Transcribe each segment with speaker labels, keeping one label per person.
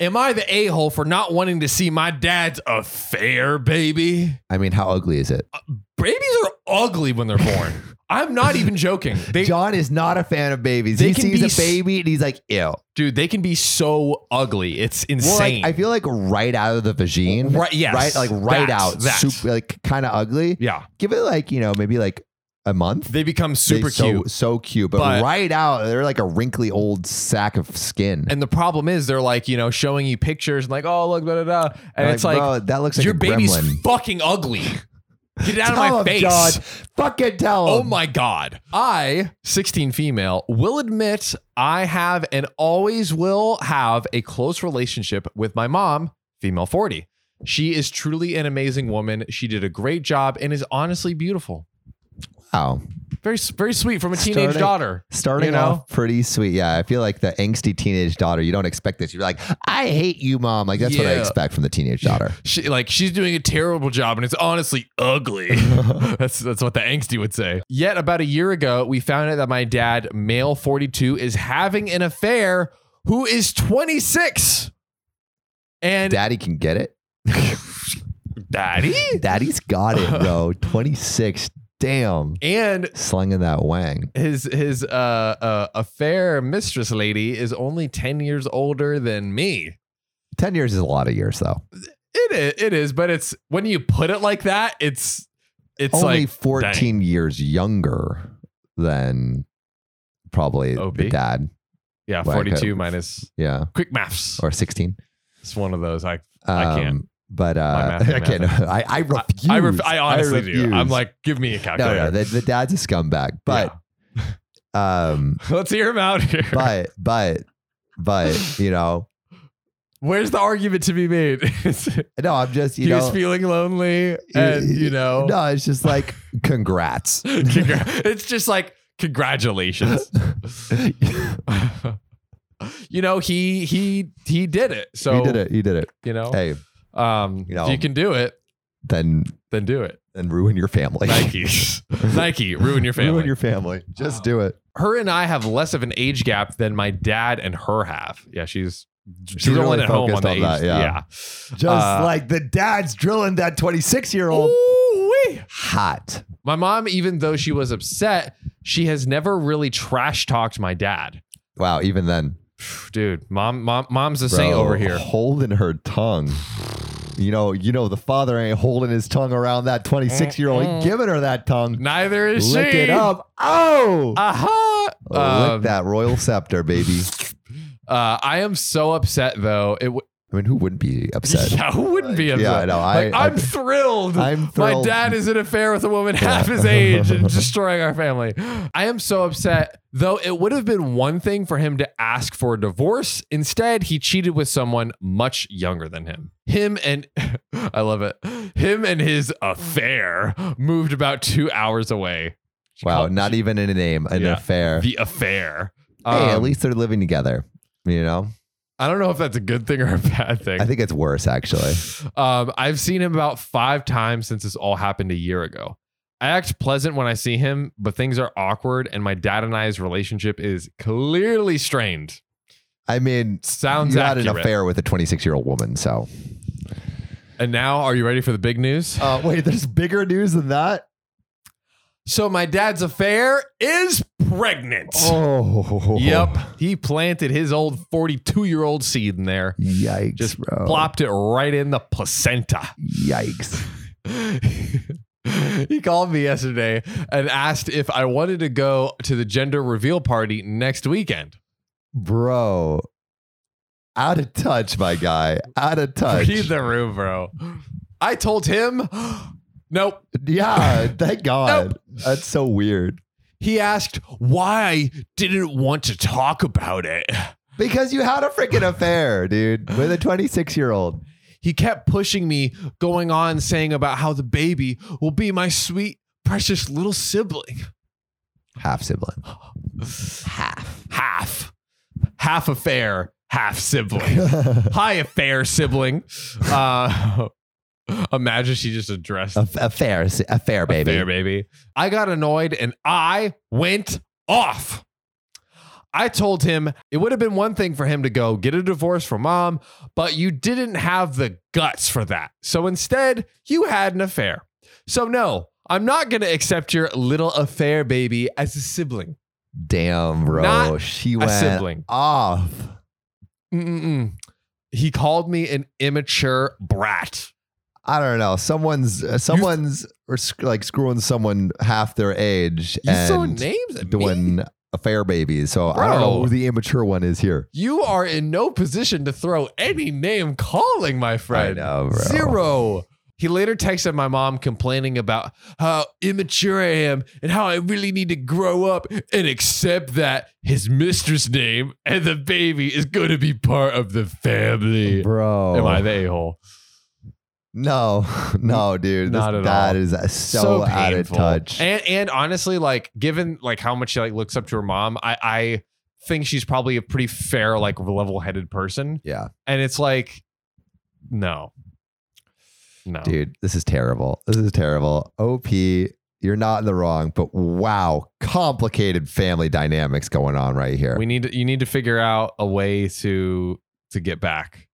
Speaker 1: Am I the a hole for not wanting to see my dad's affair, baby?
Speaker 2: I mean, how ugly is it?
Speaker 1: Babies are ugly when they're born. I'm not even joking. They,
Speaker 2: John is not a fan of babies.
Speaker 1: They
Speaker 2: He
Speaker 1: can
Speaker 2: sees
Speaker 1: be
Speaker 2: a
Speaker 1: s-
Speaker 2: baby and he's like, ew.
Speaker 1: dude, they can be so ugly. It's
Speaker 2: Well,
Speaker 1: insane.
Speaker 2: like, I feel like right out of the vagine.
Speaker 1: Right- yes.
Speaker 2: Right. Like right
Speaker 1: That,
Speaker 2: out.
Speaker 1: that.
Speaker 2: Super, like kind of ugly.
Speaker 1: yeah,
Speaker 2: Give it like, you know, maybe like a month.
Speaker 1: they become super
Speaker 2: They- so,
Speaker 1: cute.
Speaker 2: So cute. But,
Speaker 1: But-
Speaker 2: right out, they're like a wrinkly old sack of skin.
Speaker 1: And the problem is, they're like, you know, showing you pictures and like, oh, look, da da da. And it's like,
Speaker 2: bro, that looks like
Speaker 1: your
Speaker 2: a
Speaker 1: baby's
Speaker 2: gremlin.
Speaker 1: fucking ugly. Get it out
Speaker 2: Tell
Speaker 1: of my
Speaker 2: him,
Speaker 1: face.
Speaker 2: John. Fucking tell him.
Speaker 1: Oh my God. I, 16 female, will admit I have and always will have a close relationship with my mom, female 40. She is truly an amazing woman. She did a great job and is honestly beautiful.
Speaker 2: Wow.
Speaker 1: Very, very sweet from a teenage
Speaker 2: Starting-
Speaker 1: daughter.
Speaker 2: Starting
Speaker 1: You know?
Speaker 2: off pretty sweet. Yeah. I feel like the angsty teenage daughter, you don't expect this. You're like, I hate you, mom. Like, that's what I
Speaker 1: Yeah.
Speaker 2: expect from the teenage daughter.
Speaker 1: She, like she's doing a terrible job and it's honestly ugly. that's that's what the angsty would say. Yet about a year ago, we found out that my dad, male 42, is having an affair who is 26. And
Speaker 2: Daddy can get it.
Speaker 1: daddy?
Speaker 2: Daddy's got it, bro. 26. Damn.
Speaker 1: And
Speaker 2: Slinging that wang.
Speaker 1: his his uh, uh affair mistress lady is only 10 years older than me.
Speaker 2: 10 years is a lot of years, though.
Speaker 1: It is, it is, but it's when you put it like that, it's it's
Speaker 2: Only
Speaker 1: like
Speaker 2: 14 years younger than probably
Speaker 1: OP?
Speaker 2: the dad.
Speaker 1: yeah,
Speaker 2: Like,
Speaker 1: 42
Speaker 2: uh,
Speaker 1: minus
Speaker 2: Yeah.
Speaker 1: quick maths.
Speaker 2: Or 16.
Speaker 1: It's one of those I I can't.
Speaker 2: But uh,
Speaker 1: math
Speaker 2: I
Speaker 1: ain't
Speaker 2: can't.
Speaker 1: mathing.
Speaker 2: I, I refuse.
Speaker 1: I, ref- I honestly do. I'm
Speaker 2: refuse.
Speaker 1: like, give me a
Speaker 2: no,
Speaker 1: calculator.
Speaker 2: no, the, the dad's a scumbag. But, um,
Speaker 1: Let's hear him out here.
Speaker 2: but, but, but, you know,
Speaker 1: Where's the argument to be made?
Speaker 2: no, I'm just, you
Speaker 1: he was
Speaker 2: know,
Speaker 1: feeling lonely, and you know,
Speaker 2: no, it's just like, congrats.
Speaker 1: congra- it's just like congratulations. you know, he he he did it. So
Speaker 2: you did it. You did it.
Speaker 1: You know,
Speaker 2: Hey,
Speaker 1: um,
Speaker 2: You know.
Speaker 1: if you can do it,
Speaker 2: then,
Speaker 1: then do it.
Speaker 2: then ruin your family.
Speaker 1: Nike, Nike, ruin your family.
Speaker 2: Ruin your family. Just do it.
Speaker 1: her and I have less of an age gap than my dad and her have. Yeah, she's she's,
Speaker 2: really
Speaker 1: rolling at home on
Speaker 2: focused
Speaker 1: the
Speaker 2: on
Speaker 1: age.
Speaker 2: that, yeah.
Speaker 1: yeah.
Speaker 2: Just
Speaker 1: Uh,
Speaker 2: like the dad's drilling that 26 year old.
Speaker 1: Ooh-wee.
Speaker 2: Hot.
Speaker 1: My mom, even though she was upset, she has never really trash talked my dad.
Speaker 2: Wow. Even then,
Speaker 1: Dude, mom, mom, mom's the saint
Speaker 2: Bro,
Speaker 1: over here.
Speaker 2: holding her tongue. You know, you know, the father ain't holding his tongue around that 26 year old. He giving her that tongue.
Speaker 1: Neither is
Speaker 2: Lick
Speaker 1: she.
Speaker 2: it up. Oh,
Speaker 1: Aha. Uh, Um,
Speaker 2: lick that royal scepter, baby.
Speaker 1: uh, I am so upset though. It w-
Speaker 2: I mean, who wouldn't be upset?
Speaker 1: yeah, who wouldn't be upset?
Speaker 2: Like, yeah, I know. I-
Speaker 1: Like,
Speaker 2: I-
Speaker 1: I'm thrilled.
Speaker 2: I'm
Speaker 1: My
Speaker 2: thrilled.
Speaker 1: dad is in an affair with a woman half his age and destroying our family. I am so upset. Though it would have been one thing for him to ask for a divorce. Instead, he cheated with someone much younger than him. Him and I love it. Him and his affair moved about two hours away. She
Speaker 2: Wow,
Speaker 1: called
Speaker 2: not even in a name, an
Speaker 1: Yeah.
Speaker 2: affair.
Speaker 1: the affair.
Speaker 2: hey, at
Speaker 1: Um,
Speaker 2: least they're living together. You know,
Speaker 1: I don't know if that's a good thing or a bad thing.
Speaker 2: I think it's worse actually.
Speaker 1: Um, I've seen him about five times since this all happened a year ago. I act pleasant when I see him, but things are awkward, and my dad and I's relationship is clearly strained.
Speaker 2: I mean,
Speaker 1: Sounds
Speaker 2: you had
Speaker 1: accurate.
Speaker 2: an affair with a 26 year old woman. So,
Speaker 1: And now, are you ready for the big news?
Speaker 2: uh, wait, there's bigger news than that.
Speaker 1: So my dad's affair is pregnant.
Speaker 2: Oh,
Speaker 1: Yep, he planted his old forty-two-year-old seed in there,
Speaker 2: Yikes,
Speaker 1: Just
Speaker 2: bro.
Speaker 1: plopped it right in the placenta.
Speaker 2: Yikes.
Speaker 1: he called me yesterday and asked if I wanted to go to the gender reveal party next weekend.
Speaker 2: bro out of touch my guy out of touch
Speaker 1: Read the room, bro. I told him, nope.
Speaker 2: yeah thank god that's so weird
Speaker 1: He asked why I didn't want to talk about it.
Speaker 2: because you had a freaking affair dude with a 26 year old
Speaker 1: He kept pushing me, going on saying about how the baby will be my sweet, precious little sibling.
Speaker 2: half sibling
Speaker 1: half half half affair half sibling high affair sibling uh imagine she just addressed
Speaker 2: Aff- affair si- affair baby
Speaker 1: affair baby i got annoyed and i went off I told him it would have been one thing for him to go get a divorce from mom, but you didn't have the guts for that. So instead, you had an affair. So, no, I'm not going to accept your little affair baby as a sibling.
Speaker 2: Damn, bro.
Speaker 1: Not
Speaker 2: she
Speaker 1: a
Speaker 2: went
Speaker 1: sibling.
Speaker 2: off.
Speaker 1: Mm-mm-mm. He called me an immature brat.
Speaker 2: I don't know. Someone's uh, someone's or sc- like screwing someone half their age
Speaker 1: You throw
Speaker 2: and
Speaker 1: names at me.
Speaker 2: doing affair babies. So I don't know
Speaker 1: Bro.
Speaker 2: who the immature one is here.
Speaker 1: You are in no position to throw any name calling, my friend.
Speaker 2: I know, bro.
Speaker 1: Zero. He later texted my mom complaining about how immature I am and how I really need to grow up and accept that his mistress name and the baby is going to be part of the family.
Speaker 2: bro.
Speaker 1: Am I the a hole?
Speaker 2: No, no, dude.
Speaker 1: Not
Speaker 2: this,
Speaker 1: at
Speaker 2: that
Speaker 1: all.
Speaker 2: is so, out of
Speaker 1: painful.
Speaker 2: touch.
Speaker 1: And and honestly, like given like how much she like looks up to her mom, I I think she's probably a pretty fair like level headed person.
Speaker 2: yeah,
Speaker 1: and it's like no no
Speaker 2: dude, this is terrible. This is terrible. OP, you're not in the wrong, but wow, complicated family dynamics going on right here.
Speaker 1: we need to, you need to figure out a way to to get back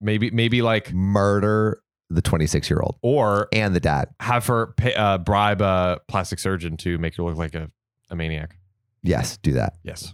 Speaker 1: maybe maybe like
Speaker 2: Murder the 26 year old
Speaker 1: or
Speaker 2: and the dad.
Speaker 1: have her pay, uh, bribe a plastic surgeon to make her look like a, a maniac
Speaker 2: Yes, do that.
Speaker 1: yes